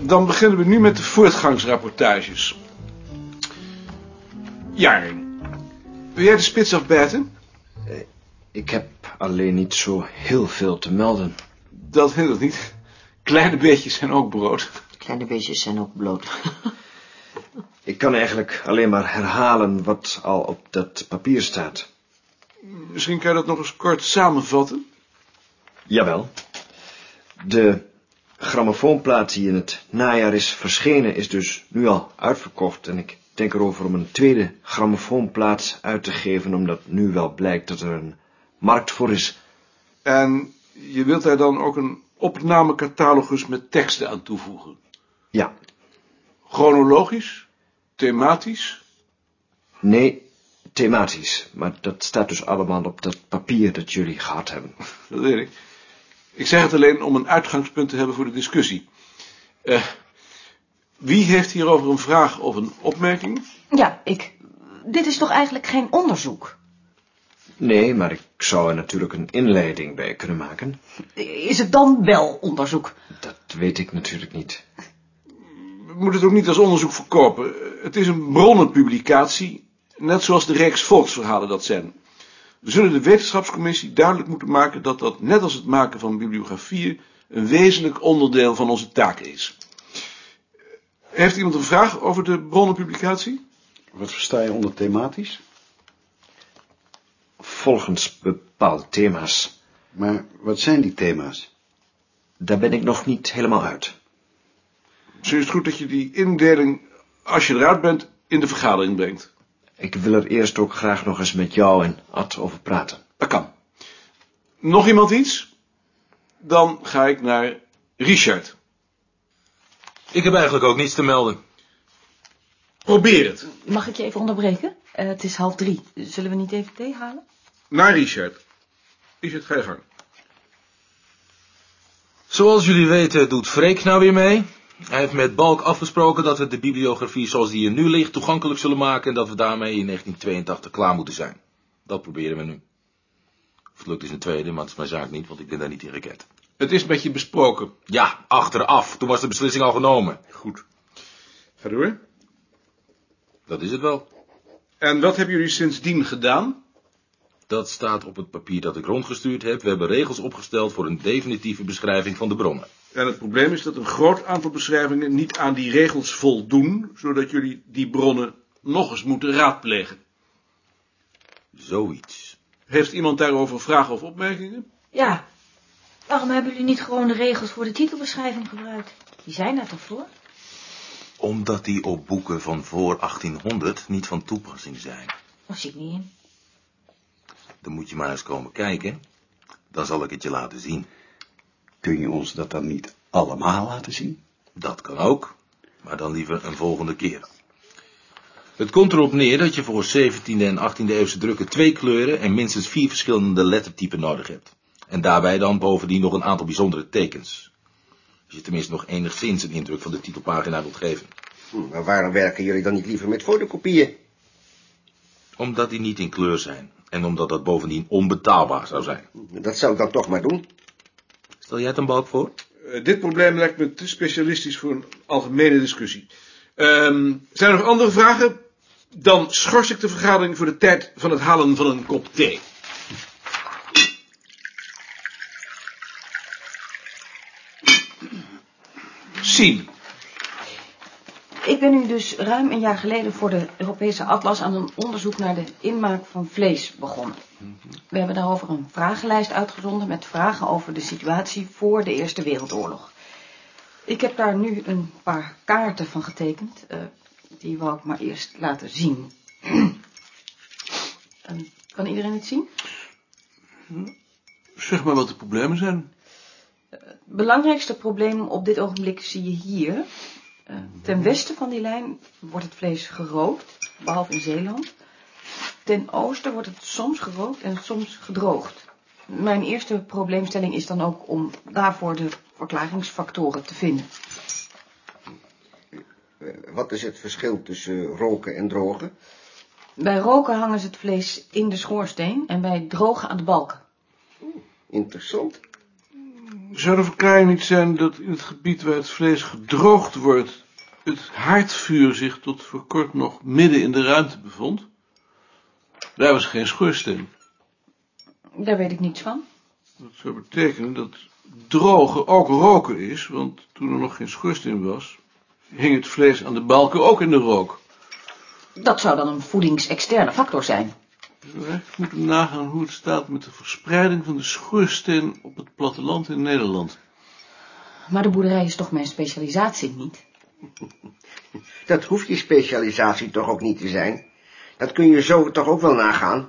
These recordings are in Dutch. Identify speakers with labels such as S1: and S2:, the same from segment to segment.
S1: Dan beginnen we nu met de voortgangsrapportages. Jaring, wil jij de spits afbijten?
S2: Ik heb alleen niet zo heel veel te melden.
S1: Dat hindert niet. Kleine beetjes zijn ook brood.
S3: Kleine beestjes zijn ook bloot.
S2: Ik kan eigenlijk alleen maar herhalen wat al op dat papier staat.
S1: Misschien kan je dat nog eens kort samenvatten.
S2: Jawel. De grammofoonplaat die in het najaar is verschenen is dus nu al uitverkocht en ik denk erover om een tweede grammofoonplaat uit te geven omdat nu wel blijkt dat er een markt voor is.
S1: En je wilt daar dan ook een opnamecatalogus met teksten aan toevoegen.
S2: Ja,
S1: Chronologisch, thematisch.
S2: nee, thematisch, maar dat staat dus allemaal op dat papier dat jullie gehad hebben.
S1: Dat weet ik. Ik zeg het alleen om een uitgangspunt te hebben voor de discussie. Eh, wie heeft hierover een vraag of een opmerking?
S3: Ja, ik. Dit is toch eigenlijk geen onderzoek?
S2: Nee, maar ik zou er natuurlijk een inleiding bij kunnen maken.
S3: Is het dan wel onderzoek?
S2: Dat weet ik natuurlijk niet.
S1: We moeten het ook niet als onderzoek verkopen. Het is een bronnenpublicatie, net zoals de reeks volksverhalen dat zijn. We zullen de wetenschapscommissie duidelijk moeten maken dat dat, net als het maken van bibliografieën, een wezenlijk onderdeel van onze taak is. Heeft iemand een vraag over de bronnenpublicatie?
S4: Wat versta je onder thematisch?
S2: Volgens bepaalde thema's.
S4: Maar wat zijn die thema's?
S2: Daar ben ik nog niet helemaal uit.
S1: Zo is het goed dat je die indeling, als je eruit bent, in de vergadering brengt.
S2: Ik wil er eerst ook graag nog eens met jou en Ad over praten.
S1: Dat kan. Nog iemand iets? Dan ga ik naar Richard.
S5: Ik heb eigenlijk ook niets te melden.
S1: Probeer het.
S3: Mag ik je even onderbreken? Eh, het is half drie. Zullen we niet even thee halen?
S1: Naar Richard. Richard, ga je gang.
S5: Zoals jullie weten doet Freek nou weer mee. Hij heeft met Balk afgesproken dat we de bibliografie zoals die er nu ligt toegankelijk zullen maken en dat we daarmee in 1982 klaar moeten zijn. Dat proberen we nu. Of het lukt is een tweede, maar het is mijn zaak niet, want ik ben daar niet in gekend.
S1: Het is met je besproken.
S5: Ja, achteraf. Toen was de beslissing al genomen.
S1: Goed. Ga door.
S5: Dat is het wel.
S1: En wat hebben jullie sindsdien gedaan?
S5: Dat staat op het papier dat ik rondgestuurd heb. We hebben regels opgesteld voor een definitieve beschrijving van de bronnen.
S1: En het probleem is dat een groot aantal beschrijvingen niet aan die regels voldoen, zodat jullie die bronnen nog eens moeten raadplegen.
S5: Zoiets.
S1: Heeft iemand daarover vragen of opmerkingen?
S6: Ja. Waarom hebben jullie niet gewoon de regels voor de titelbeschrijving gebruikt? Die zijn daar toch voor?
S5: Omdat die op boeken van voor 1800 niet van toepassing zijn.
S6: Dat zie ik niet in.
S5: Dan moet je maar eens komen kijken. Dan zal ik het je laten zien.
S4: Kun je ons dat dan niet allemaal laten zien?
S5: Dat kan ook, maar dan liever een volgende keer. Het komt erop neer dat je voor 17e en 18e eeuwse drukken twee kleuren en minstens vier verschillende lettertypen nodig hebt. En daarbij dan bovendien nog een aantal bijzondere tekens. Als je tenminste nog enigszins een indruk van de titelpagina wilt geven.
S7: Hm, Maar waarom werken jullie dan niet liever met fotokopieën?
S5: Omdat die niet in kleur zijn. En omdat dat bovendien onbetaalbaar zou zijn.
S7: Dat zou ik dan toch maar doen.
S5: Stel jij het een balk voor?
S1: Eh, dit probleem lijkt me te specialistisch voor een algemene discussie. Ehm, zijn er nog andere vragen? Dan schors ik de vergadering voor de tijd van het halen van een kop thee. Sien,
S3: Ik ben nu dus ruim een jaar geleden voor de Europese Atlas aan een onderzoek naar de inmaak van vlees begonnen. We hebben daarover een vragenlijst uitgezonden met vragen over de situatie voor de Eerste Wereldoorlog. Ik heb daar nu een paar kaarten van getekend. eh, die wou ik maar eerst laten zien. Eh, kan iedereen het zien?
S1: zeg maar wat de problemen zijn.
S3: belangrijkste probleem op dit ogenblik zie je hier. Eh, ten westen van die lijn wordt het vlees gerookt, behalve in Zeeland. Ten oosten wordt het soms gerookt en soms gedroogd. Mijn eerste probleemstelling is dan ook om daarvoor de verklaringsfactoren te vinden.
S7: Eh, Wat is het verschil tussen eh, roken en drogen?
S3: Bij roken hangen ze het vlees in de schoorsteen en bij drogen aan de balken.
S7: Interessant.
S1: Zou de verklaring niet zijn dat in het gebied waar het vlees gedroogd wordt, het haardvuur zich tot voor kort nog midden in de ruimte bevond? Daar was geen schoorsteen.
S3: Daar weet ik niets van.
S1: Dat zou betekenen dat drogen ook roken is, want toen er nog geen schoorsteen was, hing het vlees aan de balken ook in de rook.
S3: Dat zou dan een voedingsexterne factor zijn.
S1: Dus We echt moeten nagaan hoe het staat met de verspreiding van de schoorsteen op het platteland in Nederland.
S3: Maar de boerderij is toch mijn specialisatie niet?
S7: Dat hoeft je specialisatie toch ook niet te zijn? Dat kun je zo toch ook wel nagaan?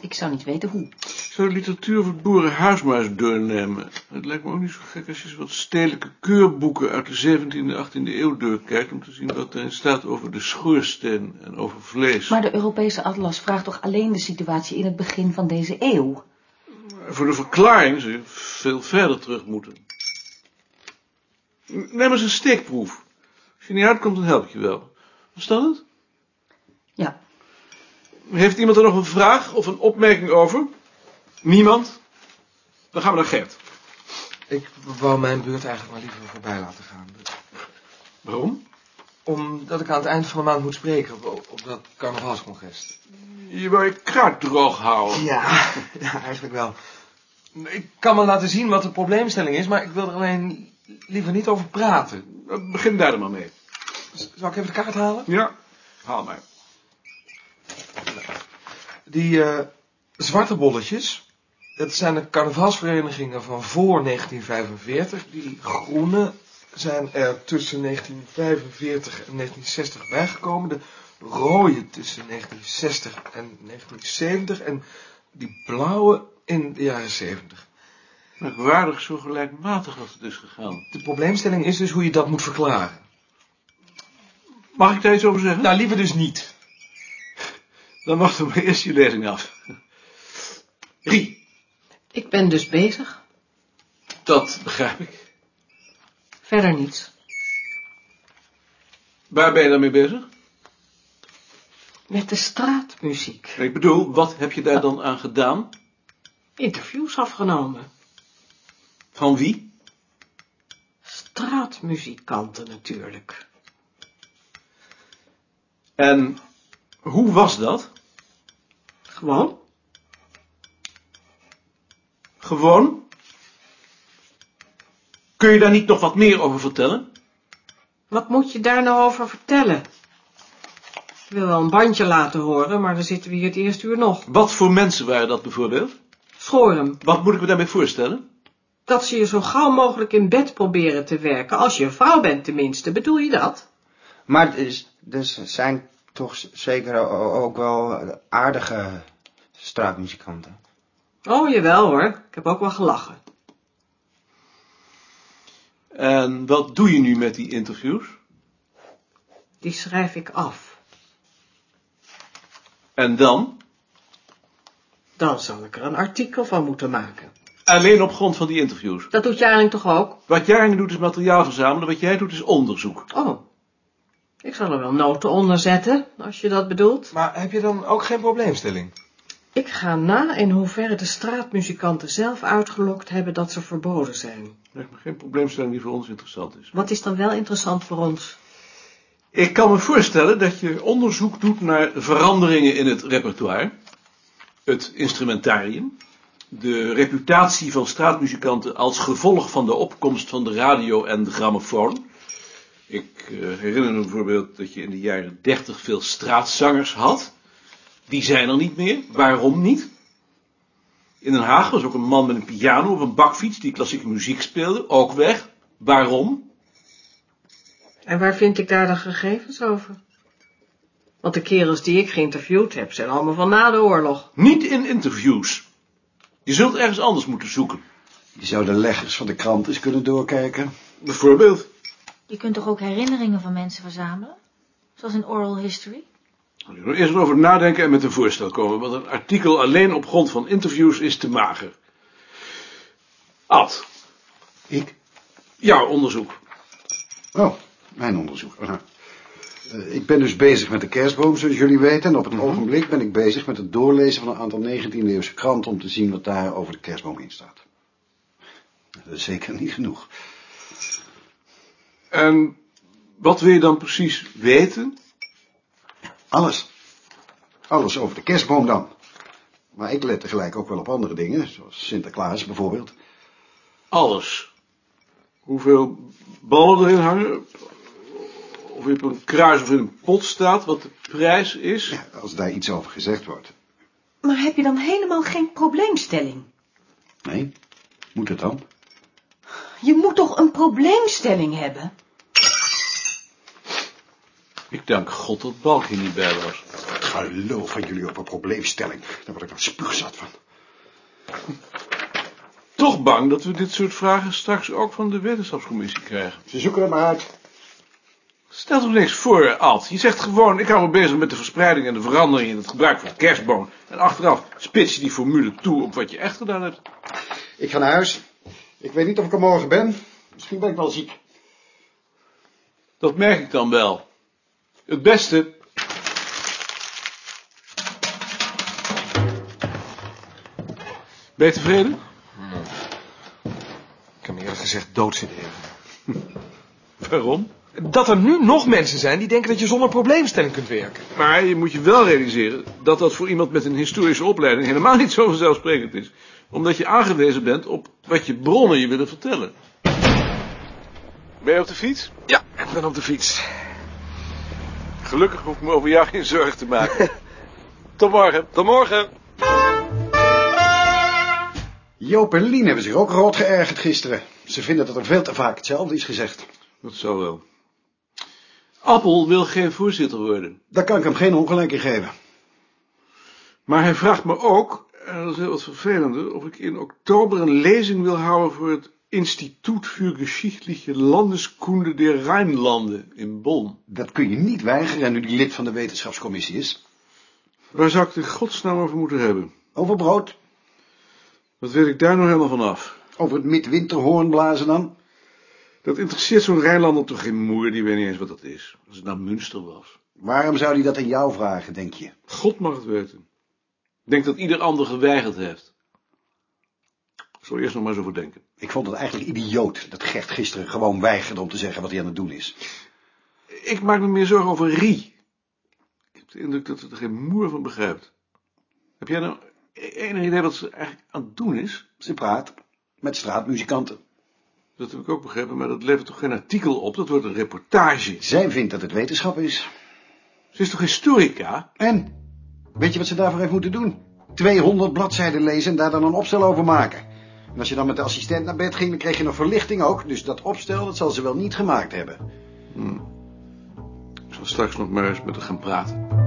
S3: Ik zou niet weten hoe.
S1: Ik zou de literatuur van het boerenhuis maar eens doornemen. Het lijkt me ook niet zo gek als je eens wat stedelijke keurboeken uit de 17e, 18e eeuw doorkijkt... om te zien wat erin staat over de schoorsteen en over vlees.
S3: Maar de Europese atlas vraagt toch alleen de situatie in het begin van deze eeuw?
S1: Voor de verklaring zou je veel verder terug moeten. Neem eens een steekproef. Als je niet uitkomt, dan help ik je wel. Was dat het?
S3: Ja,
S1: Heeft iemand er nog een vraag of een opmerking over? Niemand? Dan gaan we naar Gert.
S8: Ik wou mijn beurt eigenlijk maar liever voorbij laten gaan.
S1: Waarom?
S8: Omdat ik aan het eind van de maand moet spreken op, op dat carnavalscongres.
S1: Je wou je kruid droog houden.
S8: Ja, ja, eigenlijk wel. Ik kan wel laten zien wat de probleemstelling is, maar ik wil er alleen liever niet over praten.
S1: Eh, Begin daar dan maar mee.
S8: Z- Zal ik even de kaart halen?
S1: Ja, haal mij.
S8: Die eh, zwarte bolletjes, dat zijn de carnavalsverenigingen van voor 1945. Die groene zijn er tussen 1945 en 1960 bijgekomen. De rode tussen 1960 en 1970. En die blauwe in de jaren 70.
S1: Merkwaardig zo gelijkmatig als het is gegaan.
S8: De probleemstelling is dus hoe je dat moet verklaren.
S1: Mag ik daar iets over zeggen?
S8: Nou, liever dus niet.
S1: Dan wachten we eerst je lezing af. Rie,
S3: ik ben dus bezig.
S1: dat begrijp ik.
S3: Verder niets.
S1: Waar ben je dan mee bezig?
S3: Met de straatmuziek.
S1: Ik bedoel, wat heb je daar dan aan gedaan?
S3: Interviews afgenomen.
S1: Van wie?
S3: Straatmuzikanten natuurlijk.
S1: En hoe was dat?
S3: Gewoon?
S1: Gewoon? Kun je daar niet nog wat meer over vertellen?
S9: Wat moet je daar nou over vertellen? Ik wil wel een bandje laten horen, maar dan zitten we hier het eerste uur nog.
S1: Wat voor mensen waren dat bijvoorbeeld?
S9: Schoor hem.
S1: Wat moet ik me daarmee voorstellen?
S9: Dat ze je zo gauw mogelijk in bed proberen te werken, als je een vrouw bent tenminste, bedoel je dat?
S7: Maar er is- er zijn toch z- zeker o- ook wel aardige straatmuzikanten.
S9: Oh, jawel hoor. Ik heb ook wel gelachen.
S1: En wat doe je nu met die interviews?
S9: Die schrijf ik af.
S1: En dan?
S9: Dan zal ik er een artikel van moeten maken.
S1: Alleen op grond van die interviews.
S9: Dat doet Jaring toch ook?
S1: Wat Jaring doet is materiaal verzamelen, wat jij doet is onderzoek.
S9: Oh. Ik zal er wel noten onder zetten, als je dat bedoelt.
S8: Maar heb je dan ook geen probleemstelling?
S9: Ik ga na in hoeverre de straatmuzikanten zelf uitgelokt hebben dat ze verboden zijn.
S1: Lijkt me geen probleemstelling die voor ons interessant is.
S9: Wat is dan wel interessant voor ons?
S1: Ik kan me voorstellen dat je onderzoek doet naar veranderingen in het repertoire, het instrumentarium, de reputatie van straatmuzikanten als gevolg van de opkomst van de radio en de grammofoon. Ik eh, herinner me bijvoorbeeld dat je in de jaren 30 veel straatzangers had. Die zijn er niet meer. Waarom niet? In Den Haag was ook een man met een piano of een bakfiets die klassieke muziek speelde, ook weg. Waarom?
S9: En waar vind ik daar de gegevens over? Want de kerels die ik geïnterviewd heb, zijn allemaal van na de oorlog.
S1: Niet in interviews. Je zult ergens anders moeten zoeken.
S4: Je zou de leggers van de krant eens kunnen doorkijken.
S1: Bijvoorbeeld?
S6: Je kunt toch ook herinneringen van mensen verzamelen? Zoals in oral history?
S1: Eerst erover nadenken en met een voorstel komen, want een artikel alleen op grond van interviews is te mager. Ad,
S4: Ik?
S1: jouw onderzoek.
S4: Oh, mijn onderzoek. Aha. Eh, Ik ben dus bezig met de kerstboom, zoals jullie weten. En op het
S7: Mhm.
S4: ogenblik ben ik bezig met het doorlezen van een aantal 19e-eeuwse kranten... om te zien wat daar over de kerstboom in staat. Dat is zeker niet genoeg.
S1: En wat wil je dan precies weten?
S4: Alles. Alles over de kerstboom dan. Maar ik let tegelijk ook wel op andere dingen, zoals Sinterklaas bijvoorbeeld.
S1: Alles. Hoeveel ballen erin hangen? Of je op een kruis of in een pot staat, wat de prijs is?
S4: Ja, als daar iets over gezegd wordt.
S3: Maar heb je dan helemaal geen probleemstelling?
S4: Nee, moet het dan?
S3: Je moet toch een probleemstelling hebben?
S1: Ik dank God dat Balk hier niet bij was.
S4: Geloof van jullie op een probleemstelling. Daar word ik dan spuugzat van.
S1: Toch bang dat we dit soort vragen straks ook van de wetenschapscommissie krijgen.
S4: Ze zoeken er maar uit.
S1: Stel toch niks voor, Ad. Je zegt gewoon, ik hou me bezig met de verspreiding en de verandering in het gebruik van de kerstboom. En achteraf spits je die formule toe op wat je echt gedaan hebt.
S4: Ik ga naar huis. Ik weet niet of ik er morgen ben. Misschien ben ik wel ziek.
S1: Dat merk ik dan wel. Het beste. Ben je tevreden?
S8: Ik kan eerlijk gezegd dood zitten even.
S1: Waarom?
S8: Dat er nu nog mensen zijn die denken dat je zonder probleemstelling kunt werken.
S1: Maar je moet je wel realiseren dat dat voor iemand met een historische opleiding helemaal niet zo vanzelfsprekend is. Omdat je aangewezen bent op wat je bronnen je willen vertellen. Ben je op de fiets?
S8: Ja, en dan op de fiets.
S1: Gelukkig hoef ik me over jou geen zorgen te maken. Tot morgen.
S8: Tot morgen.
S4: Joop en Lien hebben zich ook rood geërgerd gisteren. Ze vinden dat er veel te vaak hetzelfde is gezegd.
S1: Dat zou wel. Appel wil geen voorzitter worden.
S4: Daar kan ik hem geen ongelijk in geven.
S1: Maar hij vraagt me ook, en dat is heel wat vervelender, of ik in oktober een lezing wil houden voor het Instituut voor Geschichtliche Landeskunde der Rijnlanden in Bonn.
S4: Dat kun je niet weigeren nu die lid van de wetenschapscommissie is.
S1: Waar zou ik het in godsnaam over moeten hebben?
S4: Over brood,
S1: Wat weet ik daar nou helemaal van af?
S4: over het midwinterhoorn blazen dan.
S1: Dat interesseert zo'n Rijnlander toch geen moer, die weet niet eens wat dat is. Als het nou Münster was.
S4: Waarom zou die dat aan jou vragen, denk je?
S1: God mag het weten. Ik denk dat ieder ander geweigerd heeft. Ik zal eerst nog maar eens over denken.
S4: Ik vond het eigenlijk idioot dat Gert gisteren gewoon weigerde om te zeggen wat hij aan het doen is.
S1: Ik maak me meer zorgen over Rie. Ik heb de indruk dat ze er geen moer van begrijpt. Heb jij nou enig idee wat ze eigenlijk aan het doen is?
S4: Ze praat met straatmuzikanten.
S1: Dat heb ik ook begrepen, maar dat levert toch geen artikel op? Dat wordt een reportage.
S4: Zij vindt dat het wetenschap is.
S1: Ze is toch historica?
S4: En, weet je wat ze daarvoor heeft moeten doen? 200 bladzijden lezen en daar dan een opstel over maken. En als je dan met de assistent naar bed ging, dan kreeg je nog verlichting ook. Dus dat opstel, dat zal ze wel niet gemaakt hebben.
S1: Ik zal straks nog maar eens met haar gaan praten.